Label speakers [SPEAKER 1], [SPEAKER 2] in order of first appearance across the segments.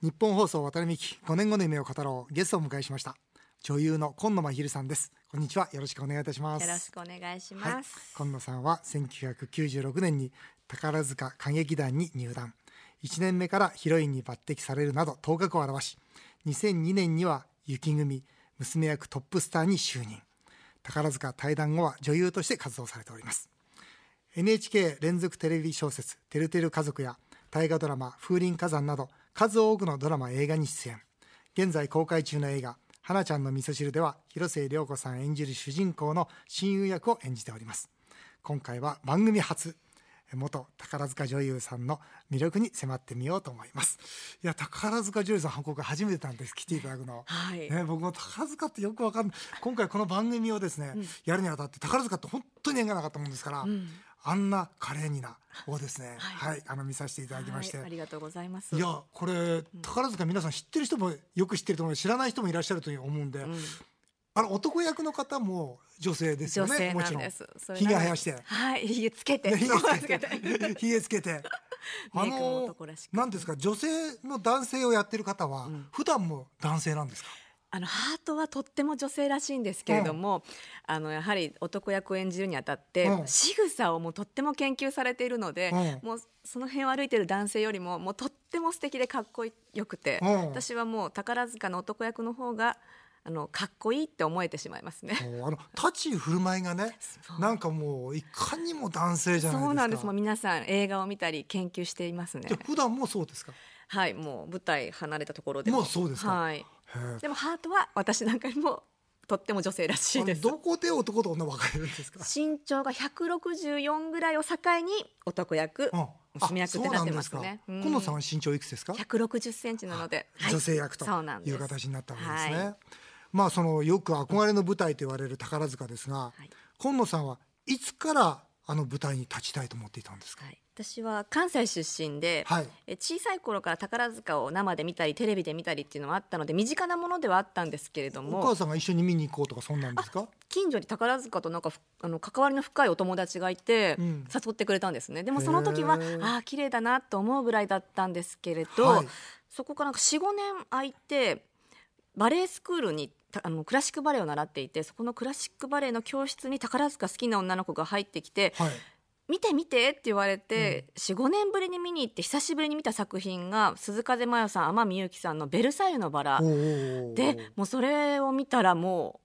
[SPEAKER 1] 日本放送渡辺美希5年後の夢を語ろうゲストをお迎えしました女優の今野真昼さんですこんにちはよろしくお願いいたします
[SPEAKER 2] よろしくお願いします、
[SPEAKER 1] 今野さんは1996年に宝塚歌劇団に入団1年目からヒロインに抜擢されるなど頭角を現し2002年には雪組娘役トップスターに就任宝塚退団後は女優として活動されております NHK 連続テレビ小説「てるてる家族」や大河ドラマ「風林火山」など数多くのドラマ映画に出演現在公開中の映画「花ちゃんの味噌汁」では広末涼子さん演じる主人公の親友役を演じております今回は番組初元宝塚女優さんの魅力に迫ってみようと思いますいや宝塚女優さん今回初めてなんです来ていただくの
[SPEAKER 2] はい、
[SPEAKER 1] ね、僕も宝塚ってよくわかんない今回この番組をですね、やるにあたって宝塚って本当に縁がなかったもんですから、
[SPEAKER 2] ん
[SPEAKER 1] あんな華麗になをですねはい、
[SPEAKER 2] はい
[SPEAKER 1] あの見させていただきまして、
[SPEAKER 2] はい、あ
[SPEAKER 1] い、
[SPEAKER 2] りがとうございます
[SPEAKER 1] やこれ宝塚皆さん知ってる人もよく知ってると思うし知らない人もいらっしゃると思うんで、
[SPEAKER 2] うん
[SPEAKER 1] あの男役の方も女性ですよ
[SPEAKER 2] 女
[SPEAKER 1] ね
[SPEAKER 2] 性
[SPEAKER 1] も
[SPEAKER 2] な
[SPEAKER 1] ちろん
[SPEAKER 2] んで
[SPEAKER 1] ね
[SPEAKER 2] すそれ
[SPEAKER 1] ひげ
[SPEAKER 2] なの
[SPEAKER 1] 生やして
[SPEAKER 2] はいひげつけて
[SPEAKER 1] ひげつけ
[SPEAKER 2] つけて
[SPEAKER 1] て ひげつけてあ
[SPEAKER 2] メイクも
[SPEAKER 1] の
[SPEAKER 2] 男らしく
[SPEAKER 1] なんですか女性の男性をやってる方は、普段も男性なん ですか
[SPEAKER 2] あのハートはとっても女性らしいんですけれども、あのやはり男役を演じるにあたって、
[SPEAKER 1] うん
[SPEAKER 2] 仕草をもうとっても研究されているので、
[SPEAKER 1] うん
[SPEAKER 2] もうその辺を歩いてる男性よりももうとっても素敵でかっこよくて、
[SPEAKER 1] うん
[SPEAKER 2] 私はもう宝塚の男役の方があのかっこいいって思えてしまいますね。
[SPEAKER 1] もうあの立ち居振る舞いがね
[SPEAKER 2] そう
[SPEAKER 1] なんかもういかにも男性じゃないですか
[SPEAKER 2] そうなんですもう皆さん映画を見たり研究していますね
[SPEAKER 1] じゃあ普段もそうですか
[SPEAKER 2] はいもう舞台離れたところでも
[SPEAKER 1] もうそうですか
[SPEAKER 2] はい、
[SPEAKER 1] へえ
[SPEAKER 2] でもハートは私なんかにもとっても女性らしいです
[SPEAKER 1] あのどこで男と女分かれるんですか
[SPEAKER 2] 身長が164ぐらいを境に男役、
[SPEAKER 1] うん
[SPEAKER 2] 娘役ってなってます
[SPEAKER 1] そうなん
[SPEAKER 2] ね
[SPEAKER 1] ですか
[SPEAKER 2] うん
[SPEAKER 1] 今野さんは身長いくつですか
[SPEAKER 2] 160センチなので、はい
[SPEAKER 1] 女性役と
[SPEAKER 2] そうなんで
[SPEAKER 1] い
[SPEAKER 2] す
[SPEAKER 1] う形になったわけですね
[SPEAKER 2] はい
[SPEAKER 1] まあそのよく憧れの舞台と言われる宝塚ですが、
[SPEAKER 2] い
[SPEAKER 1] 今野さんはいつからあの舞台に立ちたいと思っていたんですか
[SPEAKER 2] はい私は関西出身で、
[SPEAKER 1] はい
[SPEAKER 2] え小さい頃から宝塚を生で見たりテレビで見たりっていうのはあったので身近なものではあったんですけれど
[SPEAKER 1] お
[SPEAKER 2] も
[SPEAKER 1] 母さんが一緒に見に行こうとかそんなんです か
[SPEAKER 2] 近所に宝塚となんかふあの関わりの深いお友達がいて、
[SPEAKER 1] うん
[SPEAKER 2] 誘ってくれたんですねでもその時は
[SPEAKER 1] へー
[SPEAKER 2] ああ綺麗だなと思うぐらいだったんですけれど、
[SPEAKER 1] はい
[SPEAKER 2] そこからなんか45年空いてバレエスクールにたあのクラシックバレエを習っていてそこのクラシックバレエの教室に宝塚好きな女の子が入ってきて
[SPEAKER 1] はい
[SPEAKER 2] 「見て見て」って言われて、45年ぶりに見に行って久しぶりに見た作品が鈴風真世さん天海祐希さんの「ベルサイユのバラ」
[SPEAKER 1] おーおー
[SPEAKER 2] でもうそれを見たらも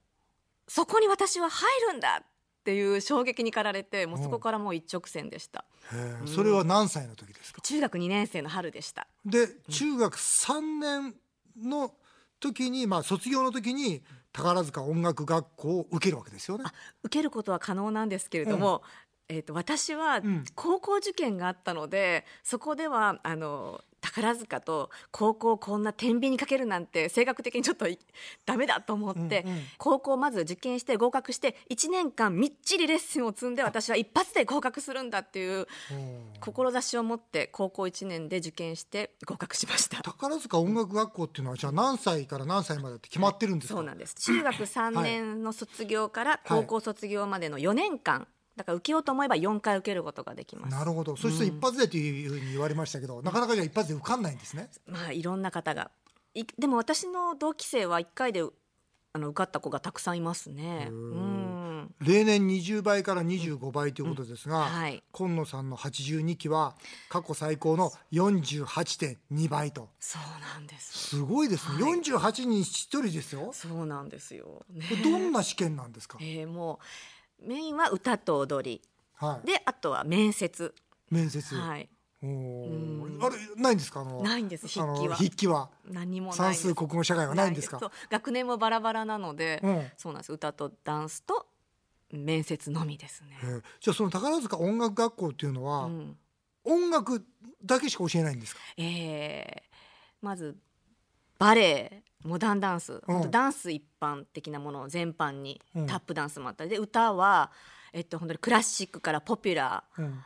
[SPEAKER 2] うそこに私は入るんだっていう衝撃に駆られてもうそこからもう一直線でした
[SPEAKER 1] へえそれは何歳の時ですか
[SPEAKER 2] 中学2年生の春でした
[SPEAKER 1] で中学3年の時に、まあ、卒業の時に宝塚音楽学校を受けるわけですよね。
[SPEAKER 2] 受けることは可能なんですけれども、えー、と私は
[SPEAKER 1] ん
[SPEAKER 2] 高校受験があったので、そこではあの宝塚と高校をこんな天秤にかけるなんて性格的にちょっといダメだと思って、
[SPEAKER 1] うんうん
[SPEAKER 2] 高校をまず受験して合格して1年間みっちりレッスンを積んで私は一発で合格するんだってい
[SPEAKER 1] う
[SPEAKER 2] う
[SPEAKER 1] ん
[SPEAKER 2] 志を持って高校1年で受験して合格しました。
[SPEAKER 1] 宝塚音楽学校っていうのはじゃあ何歳から何歳までって決まってるんですか
[SPEAKER 2] そうなんです中学3年の卒業から
[SPEAKER 1] はい
[SPEAKER 2] 高校卒業までの4年間、だから受けようと思えば4回受けることができます
[SPEAKER 1] なるほどそして一発でというふうに言われましたけど、なかなかじゃあ一発で受かんないんですね。
[SPEAKER 2] まあいろんな方がいでも私の同期生は1回であの受かった子がたくさんいますねうん
[SPEAKER 1] 例年20倍から25倍ということですが、
[SPEAKER 2] はい
[SPEAKER 1] 今野さんの82期は過去最高の48.2倍と
[SPEAKER 2] そうなんです
[SPEAKER 1] すごいですね、
[SPEAKER 2] はい
[SPEAKER 1] 48人1人ですよ。
[SPEAKER 2] そうなんですよ、ね
[SPEAKER 1] これどんな試験なんですか、
[SPEAKER 2] えーもうメインは歌と踊り
[SPEAKER 1] はい、
[SPEAKER 2] であとは面接
[SPEAKER 1] 面接、
[SPEAKER 2] はい
[SPEAKER 1] お
[SPEAKER 2] うん
[SPEAKER 1] ーあれないんですかあの
[SPEAKER 2] ないんです筆記は
[SPEAKER 1] あの筆記は
[SPEAKER 2] 何もない
[SPEAKER 1] 算
[SPEAKER 2] です
[SPEAKER 1] 数国語社会はないんですか
[SPEAKER 2] そう学年もバラバラなので、
[SPEAKER 1] うん
[SPEAKER 2] そうなんです歌とダンスと面接のみですね
[SPEAKER 1] え、ーじゃあその宝塚音楽学校っていうのは、
[SPEAKER 2] うん
[SPEAKER 1] 音楽だけしか教えないんですか
[SPEAKER 2] えーまずバレエモダンダンス、ほんとダンス一般的なものを全般に、
[SPEAKER 1] うん
[SPEAKER 2] タップダンスもあったりで歌は、えっと、本当にクラシックからポピュラー
[SPEAKER 1] うん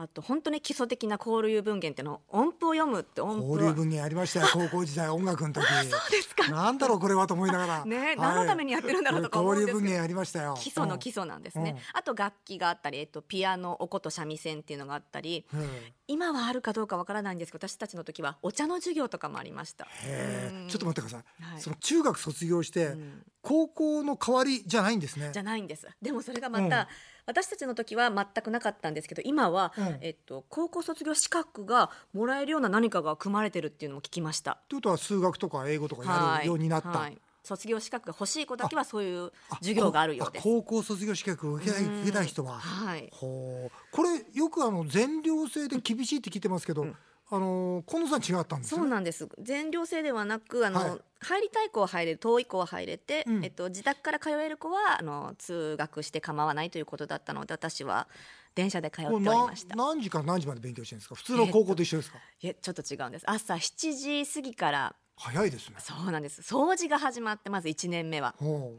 [SPEAKER 2] あと本当に基礎的な交流文献っていうの音符を読むって音符
[SPEAKER 1] 交流文芸ありましたよ高校時 代音楽の時
[SPEAKER 2] そうですか
[SPEAKER 1] なんだろうこれはと思いながら
[SPEAKER 2] ね、
[SPEAKER 1] はい
[SPEAKER 2] 何のためにやってるんだろうとか思うん
[SPEAKER 1] 交
[SPEAKER 2] で
[SPEAKER 1] 流文
[SPEAKER 2] すけど
[SPEAKER 1] 芸ありましたよ
[SPEAKER 2] 基礎の基
[SPEAKER 1] 礎、
[SPEAKER 2] 礎なんですね、
[SPEAKER 1] うん
[SPEAKER 2] あと楽器があったり、えっと、ピアノお琴三味線っていうのがあったり
[SPEAKER 1] うん
[SPEAKER 2] 今はあるかどうかわからないんですけど私たちの時はお茶の授業とかもありました
[SPEAKER 1] へ
[SPEAKER 2] う
[SPEAKER 1] え
[SPEAKER 2] ん
[SPEAKER 1] ちょっと待ってください、
[SPEAKER 2] はい
[SPEAKER 1] その中学卒業して、
[SPEAKER 2] うん
[SPEAKER 1] 高校の代わりじゃないんですね
[SPEAKER 2] じゃないんですでもそれがまた、
[SPEAKER 1] うん
[SPEAKER 2] 私たちの時は全くなかったんですけど今は、
[SPEAKER 1] うん
[SPEAKER 2] えっと、高校卒業資格がもらえるような何かが組まれてるっていうのも聞きました
[SPEAKER 1] ということは数学とか英語とかや
[SPEAKER 2] は
[SPEAKER 1] る
[SPEAKER 2] い
[SPEAKER 1] ようになった、
[SPEAKER 2] はい卒業資格が欲しい子だけはそういう授業があるようです
[SPEAKER 1] あ高校卒業資格を受けない
[SPEAKER 2] うん
[SPEAKER 1] 受けない人は、
[SPEAKER 2] はい
[SPEAKER 1] ほうこれよくあの全寮制で厳しいって聞いてますけど、あの近野さん違ったんです
[SPEAKER 2] そ
[SPEAKER 1] よ
[SPEAKER 2] う
[SPEAKER 1] ね
[SPEAKER 2] なんです全寮制ではなくあの、
[SPEAKER 1] はい
[SPEAKER 2] 入りたい子は入れる遠い子は入れて、
[SPEAKER 1] うん
[SPEAKER 2] えっと、自宅から通える子はあの通学して構わないということだったので私は電車で通っており
[SPEAKER 1] もう
[SPEAKER 2] ました
[SPEAKER 1] な何時から何時まで勉強してるんですか普通の高校と一緒ですか、
[SPEAKER 2] いやちょっと違うんです朝7時過ぎから
[SPEAKER 1] 早いですね
[SPEAKER 2] そうなんです掃除が始まってまず1年目は
[SPEAKER 1] ほ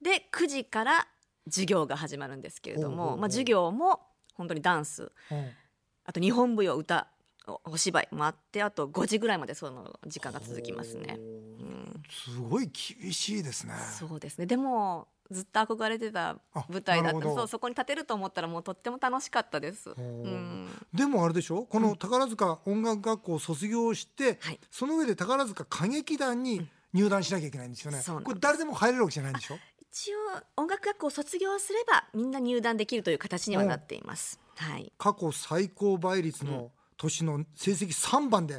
[SPEAKER 1] う
[SPEAKER 2] で9時から授業が始まるんですけれども
[SPEAKER 1] ほうほうほう
[SPEAKER 2] まあ、授業も本当にダンス
[SPEAKER 1] ほう
[SPEAKER 2] あと日本舞踊歌おお芝居もあってあと5時ぐらいまでその時間が続きます
[SPEAKER 1] ほ
[SPEAKER 2] ね。う
[SPEAKER 1] うんすごい厳しいですね
[SPEAKER 2] そうですねでもずっと憧れてた舞台だ
[SPEAKER 1] あ
[SPEAKER 2] っ
[SPEAKER 1] なるほ
[SPEAKER 2] た
[SPEAKER 1] ど
[SPEAKER 2] そうそこに立てると思ったらもうとっても楽しかったです。
[SPEAKER 1] ほう
[SPEAKER 2] うん、
[SPEAKER 1] でもあれでしょこの宝塚音楽学校を卒業して、
[SPEAKER 2] はい
[SPEAKER 1] その上で宝塚歌劇団に入団しなきゃいけないんですよね、
[SPEAKER 2] そうなんで
[SPEAKER 1] こ
[SPEAKER 2] す
[SPEAKER 1] れ誰でも入れるわけじゃないんでしょ
[SPEAKER 2] 一応音楽学校を卒業すればみんな入団できるという形にはなっています。はい、
[SPEAKER 1] 過去最高倍率の年の成績3番で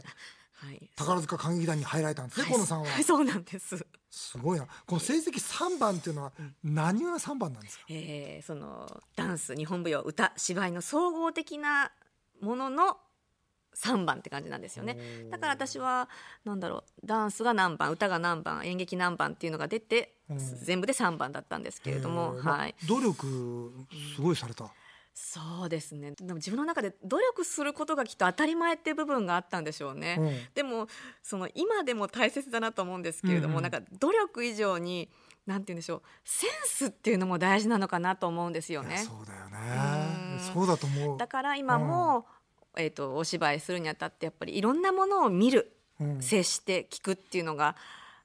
[SPEAKER 2] はい、
[SPEAKER 1] 宝塚歌劇団に入られたんですね、河野さんは、
[SPEAKER 2] いそうなんです。
[SPEAKER 1] すごいなこの成績3番っていうのは何が3番なんですか
[SPEAKER 2] えー、そのダンス日本舞踊歌芝居の総合的なものの3番って感じなんですよね
[SPEAKER 1] おー
[SPEAKER 2] だから私はなんだろうダンスが何番歌が何番演劇何番っていうのが出て
[SPEAKER 1] うん
[SPEAKER 2] 全部で3番だったんですけれども、
[SPEAKER 1] へーまあ
[SPEAKER 2] はい、
[SPEAKER 1] 努力すごいされた、
[SPEAKER 2] そうですねでも自分の中で努力することがきっと当たり前っていう部分があったんでしょうね。
[SPEAKER 1] うん
[SPEAKER 2] でもその今でも大切だなと思うんですけれども、
[SPEAKER 1] うんうん
[SPEAKER 2] なんか努力以上になんて言うんでしょうセンスっていうのも大事なのかなと思うんですよ
[SPEAKER 1] い
[SPEAKER 2] ね
[SPEAKER 1] や。そうだよね
[SPEAKER 2] うん
[SPEAKER 1] そうだと思う
[SPEAKER 2] だから今も、えー、とお芝居するにあたってやっぱりいろんなものを見る、
[SPEAKER 1] うん
[SPEAKER 2] 接して聞くっていうのが、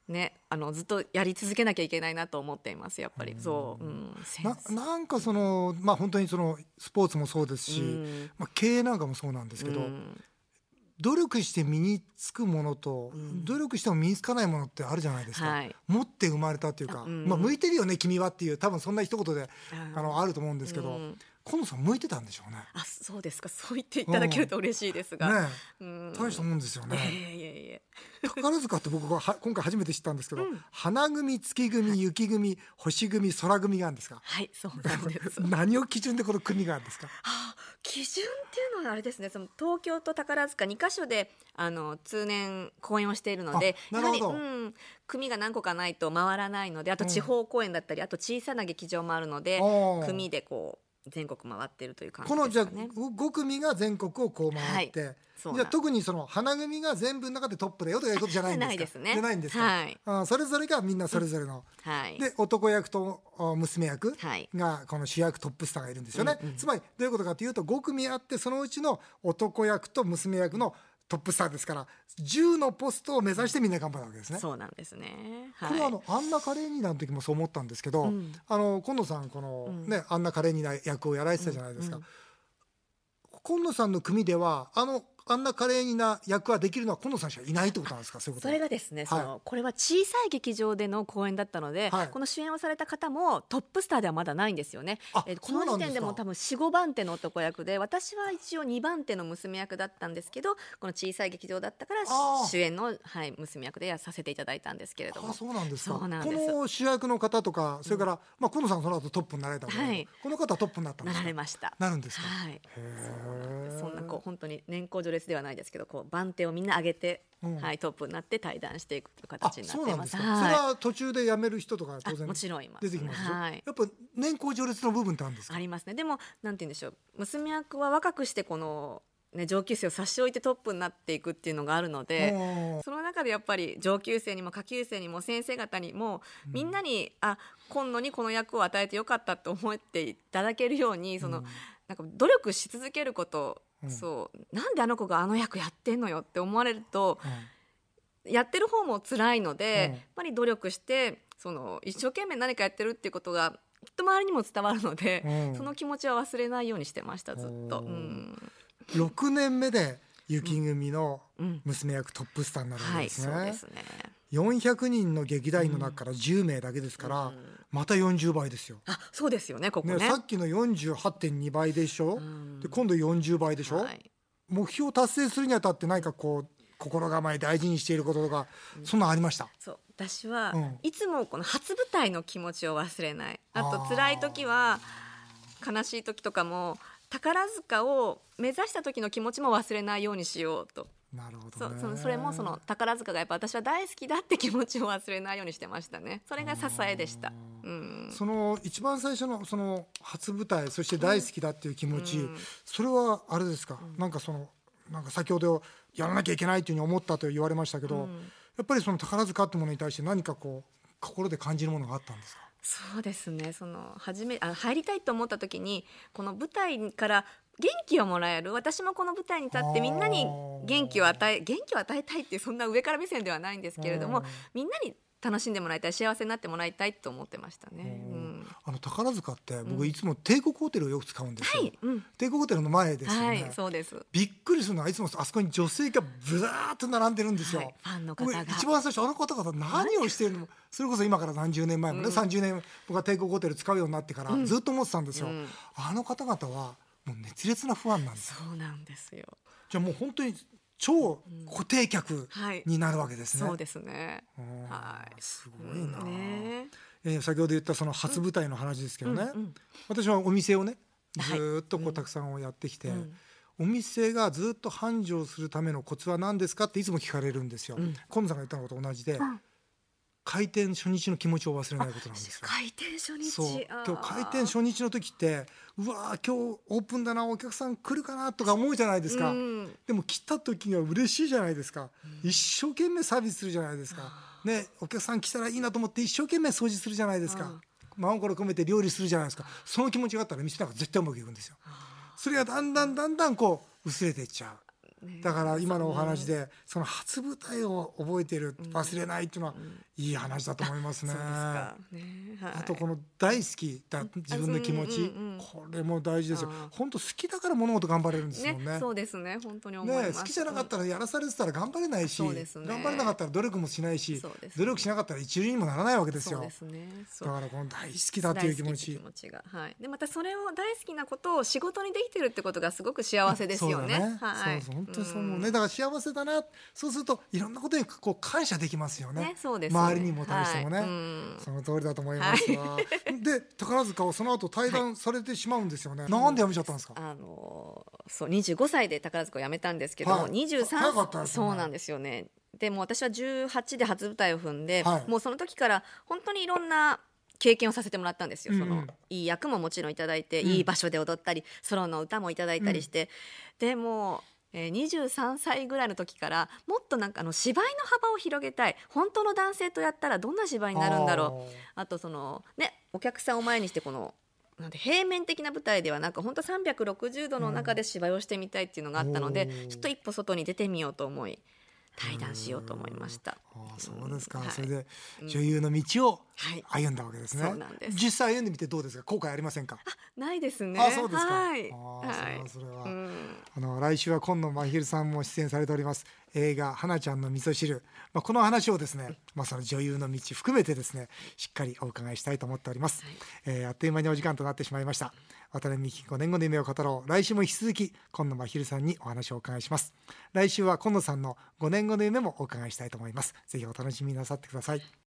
[SPEAKER 2] ね、あのずっとやり続けなきゃいけないなと思っていますやっぱり、そう、うん、セン
[SPEAKER 1] な
[SPEAKER 2] ス
[SPEAKER 1] なんかそのまあ本当にそのスポーツもそうですし、
[SPEAKER 2] うん
[SPEAKER 1] まあ、経営なんかもそうなんですけど、
[SPEAKER 2] うん
[SPEAKER 1] 努力して身につくものと、
[SPEAKER 2] ん
[SPEAKER 1] 努力しても身につかないものってあるじゃないですか、
[SPEAKER 2] はい
[SPEAKER 1] 持って生まれたっていうか、
[SPEAKER 2] あうん
[SPEAKER 1] まあ、向いてるよね君はっていう多分そんな一言で
[SPEAKER 2] あ
[SPEAKER 1] あのあると思うんですけど、
[SPEAKER 2] うん
[SPEAKER 1] 今野さん向いてたんでしょうね。
[SPEAKER 2] あそうですかそう言っていただけると嬉しいですが、
[SPEAKER 1] ね
[SPEAKER 2] うん
[SPEAKER 1] え大したもんですよね、
[SPEAKER 2] いえいえいえ
[SPEAKER 1] 宝塚って僕がは今回初めて知ったんですけど、花組月組雪組星組空組があるんですか
[SPEAKER 2] はいそうなんで す
[SPEAKER 1] 何を基準でこの組があるんですか
[SPEAKER 2] 基準っていうのはあれですねその東京と宝塚2カ所であの通年公演をしているので
[SPEAKER 1] あなるほど
[SPEAKER 2] やはり、うん、組が何個かないと回らないのであと
[SPEAKER 1] うん
[SPEAKER 2] 地方公演だったり、あと小さな劇場もあるので
[SPEAKER 1] おー
[SPEAKER 2] 組でこう全国回ってるという感じ
[SPEAKER 1] この
[SPEAKER 2] で
[SPEAKER 1] じゃ
[SPEAKER 2] す
[SPEAKER 1] あ
[SPEAKER 2] かね。
[SPEAKER 1] 5組が全国をこう回って、
[SPEAKER 2] そう
[SPEAKER 1] じ
[SPEAKER 2] な
[SPEAKER 1] ゃあ特にその花組が全部の中でトップだよとかいうことじゃないんですか
[SPEAKER 2] ないですね
[SPEAKER 1] じゃないんですか、
[SPEAKER 2] はい
[SPEAKER 1] あーそれぞれがみんなそれぞれの、
[SPEAKER 2] はい、
[SPEAKER 1] で男役とあ娘役
[SPEAKER 2] はい
[SPEAKER 1] がこの主役トップスターがいるんですよね、
[SPEAKER 2] うんうん
[SPEAKER 1] つまりどういうことかというと5組あってそのうちの男役と娘役のトップスターですから10のポストを目指してみんな頑張るわけですね。
[SPEAKER 2] そうなんですね。
[SPEAKER 1] これはあ
[SPEAKER 2] い
[SPEAKER 1] の、アンナ・カレーニナの時もそう思ったんですけど、
[SPEAKER 2] うん
[SPEAKER 1] あの今野さんこの、
[SPEAKER 2] うん
[SPEAKER 1] ねアンナ・カレーニナ役をやられてたじゃないですか、
[SPEAKER 2] うん
[SPEAKER 1] 今野さんの組ではあのアンナ・カレーニナ役はできるのは今野さんしかいないってことなんですかそういうこと
[SPEAKER 2] それがですね、
[SPEAKER 1] い
[SPEAKER 2] そのこれは小さい劇場での公演だったので、
[SPEAKER 1] はい
[SPEAKER 2] この主演をされた方もトップスターではまだないんですよね
[SPEAKER 1] あ。
[SPEAKER 2] えーこ
[SPEAKER 1] そうな
[SPEAKER 2] の
[SPEAKER 1] ん
[SPEAKER 2] 時
[SPEAKER 1] ですか
[SPEAKER 2] 点でも多分4、5番手の男役で、私は一応2番手の娘役だったんですけど、この小さい劇場だったから
[SPEAKER 1] あー
[SPEAKER 2] 主演の、はい、娘役でやさせていただいたんですけれど
[SPEAKER 1] あ
[SPEAKER 2] も。
[SPEAKER 1] そうなんですか
[SPEAKER 2] そうなんです
[SPEAKER 1] この主役の方とかそれから、まあ、今野さんその後トップになられたわけだけど、
[SPEAKER 2] はい
[SPEAKER 1] この方はトップになったんで
[SPEAKER 2] な
[SPEAKER 1] す
[SPEAKER 2] ら
[SPEAKER 1] か
[SPEAKER 2] れました。
[SPEAKER 1] なるんですか
[SPEAKER 2] はい。
[SPEAKER 1] へー
[SPEAKER 2] そんなこう本当に年功序列ではないですけど、こう番手をみんな上げて、
[SPEAKER 1] うん
[SPEAKER 2] はいトップになって対談していくという
[SPEAKER 1] あ
[SPEAKER 2] 形にな
[SPEAKER 1] そ
[SPEAKER 2] っ
[SPEAKER 1] う
[SPEAKER 2] て
[SPEAKER 1] ないん
[SPEAKER 2] ま。
[SPEAKER 1] ですすか、そ
[SPEAKER 2] は
[SPEAKER 1] れ
[SPEAKER 2] い
[SPEAKER 1] は途中で辞める人とか当
[SPEAKER 2] あ
[SPEAKER 1] 然
[SPEAKER 2] もちろんいま
[SPEAKER 1] 出
[SPEAKER 2] す
[SPEAKER 1] てきますよ、
[SPEAKER 2] はい
[SPEAKER 1] やっぱ年功序列の部分ってあるんですか
[SPEAKER 2] ありますねでもなんて言うんでしょう娘役は若くしてこの、ね、上級生を差し置いてトップになっていくっていうのがあるので、
[SPEAKER 1] おー
[SPEAKER 2] その中でやっぱり上級生にも下級生にも先生方にもみんなに、あ今度にこの役を与えてよかったと思っていただけるようにその、なんか努力し続けること
[SPEAKER 1] うん
[SPEAKER 2] そうなんであの子があの役やってんのよって思われると
[SPEAKER 1] うん
[SPEAKER 2] やってる方も辛いので、
[SPEAKER 1] うん
[SPEAKER 2] やっぱり努力してその一生懸命何かやってるっていうことがきっと周りにも伝わるので、
[SPEAKER 1] うん
[SPEAKER 2] その気持ちは忘れないようにしてましたずっと。
[SPEAKER 1] おー
[SPEAKER 2] うん
[SPEAKER 1] 6年目で雪組の
[SPEAKER 2] うん
[SPEAKER 1] 娘役トップスターになるん
[SPEAKER 2] は
[SPEAKER 1] で
[SPEAKER 2] い、
[SPEAKER 1] すね、
[SPEAKER 2] そうですね。
[SPEAKER 1] 400人の劇団員の中から10名だけですから、
[SPEAKER 2] うん
[SPEAKER 1] また40倍ですよ、
[SPEAKER 2] あ、そうですよね、ここ
[SPEAKER 1] ね
[SPEAKER 2] ね。
[SPEAKER 1] さっきの48.2倍でしょ、
[SPEAKER 2] うん
[SPEAKER 1] で今度40倍でしょ、
[SPEAKER 2] はい
[SPEAKER 1] 目標を達成するにあたって何かこう心構え大事にしていることとか、そんなんありました
[SPEAKER 2] そう私は、
[SPEAKER 1] うん
[SPEAKER 2] いつもこの初舞台の気持ちを忘れないあ
[SPEAKER 1] あ
[SPEAKER 2] と
[SPEAKER 1] ー
[SPEAKER 2] 辛い時は悲しい時とかも宝塚を目指した時の気持ちも忘れないようにしようと
[SPEAKER 1] なるほ
[SPEAKER 2] そ
[SPEAKER 1] ど
[SPEAKER 2] う
[SPEAKER 1] ね
[SPEAKER 2] そのそれもその宝塚がやっぱ私は大好きだって気持ちを忘れないようにしてましたねそれが支えでしたうん
[SPEAKER 1] その一番最初のその初舞台そして大好きだっていう気持ち、
[SPEAKER 2] うん
[SPEAKER 1] それはあれですか、なんかそのなんか先ほどやらなきゃいけないというふうに思ったと言われましたけど、
[SPEAKER 2] うん
[SPEAKER 1] やっぱりその宝塚ってものに対して何かこう心で感じるものがあったんですか
[SPEAKER 2] そうですねその初めあ入りたいと思った時にこの舞台から元気をもらえる私もこの舞台に立ってみんなに元気を与え元気を与えたいってそんな上から目線ではないんですけれど
[SPEAKER 1] うん
[SPEAKER 2] もみんなに楽しんでもらいたい幸せになってもらいたいと思ってましたね。
[SPEAKER 1] う
[SPEAKER 2] うんん、
[SPEAKER 1] あの宝塚って僕いつも帝国ホテルをよく使うんです
[SPEAKER 2] は
[SPEAKER 1] よ、
[SPEAKER 2] い、うん
[SPEAKER 1] 帝国ホテルの前ですよね、
[SPEAKER 2] はい、そうです。は
[SPEAKER 1] びっくりするのはいつもあそこに女性がブザーッと並んでるんですよ、
[SPEAKER 2] い、ファンの方
[SPEAKER 1] 僕
[SPEAKER 2] が
[SPEAKER 1] 一番最初あの方々何をしてるのそれこそ今から何十年前もね、
[SPEAKER 2] うん
[SPEAKER 1] 30年僕が帝国ホテル使うようになってから
[SPEAKER 2] うん
[SPEAKER 1] ずっと思ってたんですよ、
[SPEAKER 2] うん
[SPEAKER 1] あの方々はもう熱烈なファンなんですよ
[SPEAKER 2] そうなんですよ。
[SPEAKER 1] じゃあもう本当に超固定客
[SPEAKER 2] はい、
[SPEAKER 1] になるわけですね、
[SPEAKER 2] そうですね。
[SPEAKER 1] うん
[SPEAKER 2] はい
[SPEAKER 1] すごいな、
[SPEAKER 2] うんね
[SPEAKER 1] えー先ほど言ったその初舞台の話ですけどね、
[SPEAKER 2] うんうん
[SPEAKER 1] 私はお店をねず
[SPEAKER 2] はい
[SPEAKER 1] ーっとこ
[SPEAKER 2] う
[SPEAKER 1] うんたくさんをやってきて、
[SPEAKER 2] うん
[SPEAKER 1] お店がずーっと繁盛するためのコツは何ですかっていつも聞かれるんですよ。
[SPEAKER 2] うん
[SPEAKER 1] 今野さんが言ったのと同じで、
[SPEAKER 2] ん
[SPEAKER 1] 開店初日の気持ちを忘れないことなんですよ。
[SPEAKER 2] 回転初日。
[SPEAKER 1] そう
[SPEAKER 2] あー
[SPEAKER 1] 今日開店初日の時ってうわー今日オープンだなお客さん来るかなとか思うじゃないですか、
[SPEAKER 2] うん
[SPEAKER 1] でも来た時には嬉しいじゃないですか、一生懸命サービスするじゃないですか、ね、お客さん来たらいいなと思って一生懸命掃除するじゃないですか、真心込めて料理するじゃないですかその気持ちがあったら店なんか絶対うまくいくんですよそれがだんだんだんだんこう薄れていっちゃうだから今のお話でその初舞台を覚えてる忘れないっていうのはいい話だと思いますね。
[SPEAKER 2] そうですか。ね、はい
[SPEAKER 1] あとこの大好きだ自分の気持
[SPEAKER 2] うん
[SPEAKER 1] ち
[SPEAKER 2] うんうん
[SPEAKER 1] これも大事ですよ
[SPEAKER 2] あー
[SPEAKER 1] 本当好きだから物事頑張れるんですもん
[SPEAKER 2] ね、そうですね、本当に思います。
[SPEAKER 1] ね、好きじゃなかったらやらされてたら頑張れないし、
[SPEAKER 2] そうですね
[SPEAKER 1] 頑張れなかったら努力もしないし、
[SPEAKER 2] そうですね
[SPEAKER 1] 努力しなかったら一流にもならないわけです
[SPEAKER 2] そう
[SPEAKER 1] よ
[SPEAKER 2] ですね。そ
[SPEAKER 1] だ
[SPEAKER 2] う。
[SPEAKER 1] からこの大好きだという気持
[SPEAKER 2] 大
[SPEAKER 1] ち
[SPEAKER 2] 好きって気持ちが、はい。で、またそれを大好きなことを仕事にできてるってことがすごく幸せですよね。
[SPEAKER 1] そうだね
[SPEAKER 2] はい。
[SPEAKER 1] そうそう本当にそう思うね、だ
[SPEAKER 2] ん
[SPEAKER 1] から幸せだなそうするといろんなことにこう感謝できますよね
[SPEAKER 2] ね、そうですね。
[SPEAKER 1] 周りにも対してもね、
[SPEAKER 2] はいうん
[SPEAKER 1] その通りだと思いますわ、 で宝塚をその後退団されてしまうんですよね、なんで辞めちゃったんですか、
[SPEAKER 2] あのーそう25歳で宝塚を辞めたんですけども、
[SPEAKER 1] はい早かった
[SPEAKER 2] 23
[SPEAKER 1] ですね
[SPEAKER 2] そうなんですよねでもう私は18で初舞台を踏んで、
[SPEAKER 1] はい
[SPEAKER 2] もうその時から本当にいろんな経験をさせてもらったんですよ、そ
[SPEAKER 1] うんう
[SPEAKER 2] の
[SPEAKER 1] ん
[SPEAKER 2] いい役ももちろんいただいて、
[SPEAKER 1] うん
[SPEAKER 2] いい場所で踊ったりソロの歌もいただいたりして、でもう。えー23歳ぐらいの時からもっとなんかあの芝居の幅を広げたい本当の男性とやったらどんな芝居になるんだろうあとそのねお客さんを前にしてこのなんて平面的な舞台ではなく本当360度の中で芝居をしてみたいっていうのがあったので、
[SPEAKER 1] うんおー
[SPEAKER 2] ちょっと一歩外に出てみようと思い対談しようと思いました。
[SPEAKER 1] あーそうですか、
[SPEAKER 2] はい
[SPEAKER 1] それで女優の道を
[SPEAKER 2] はい、
[SPEAKER 1] 歩んだわけですね、
[SPEAKER 2] そうなんです
[SPEAKER 1] 実際歩んでみてどうですか後悔ありませんか、
[SPEAKER 2] ないですね。
[SPEAKER 1] あそうですか、
[SPEAKER 2] はい、
[SPEAKER 1] あー
[SPEAKER 2] はい
[SPEAKER 1] それはそれは、
[SPEAKER 2] うん
[SPEAKER 1] あの来週は今野真昼さんも出演されております映画「花ちゃんの味噌汁」まあ、この話をですね、まあ、その女優の道含めてですねしっかりお伺いしたいと思っております、
[SPEAKER 2] はい
[SPEAKER 1] えーあっという間にお時間となってしまいました渡辺美希5年後の夢を語ろう来週も引き続き今野真昼さんにお話をお伺いします来週は今野さんの5年後の夢もお伺いしたいと思いますぜひお楽しみになさってください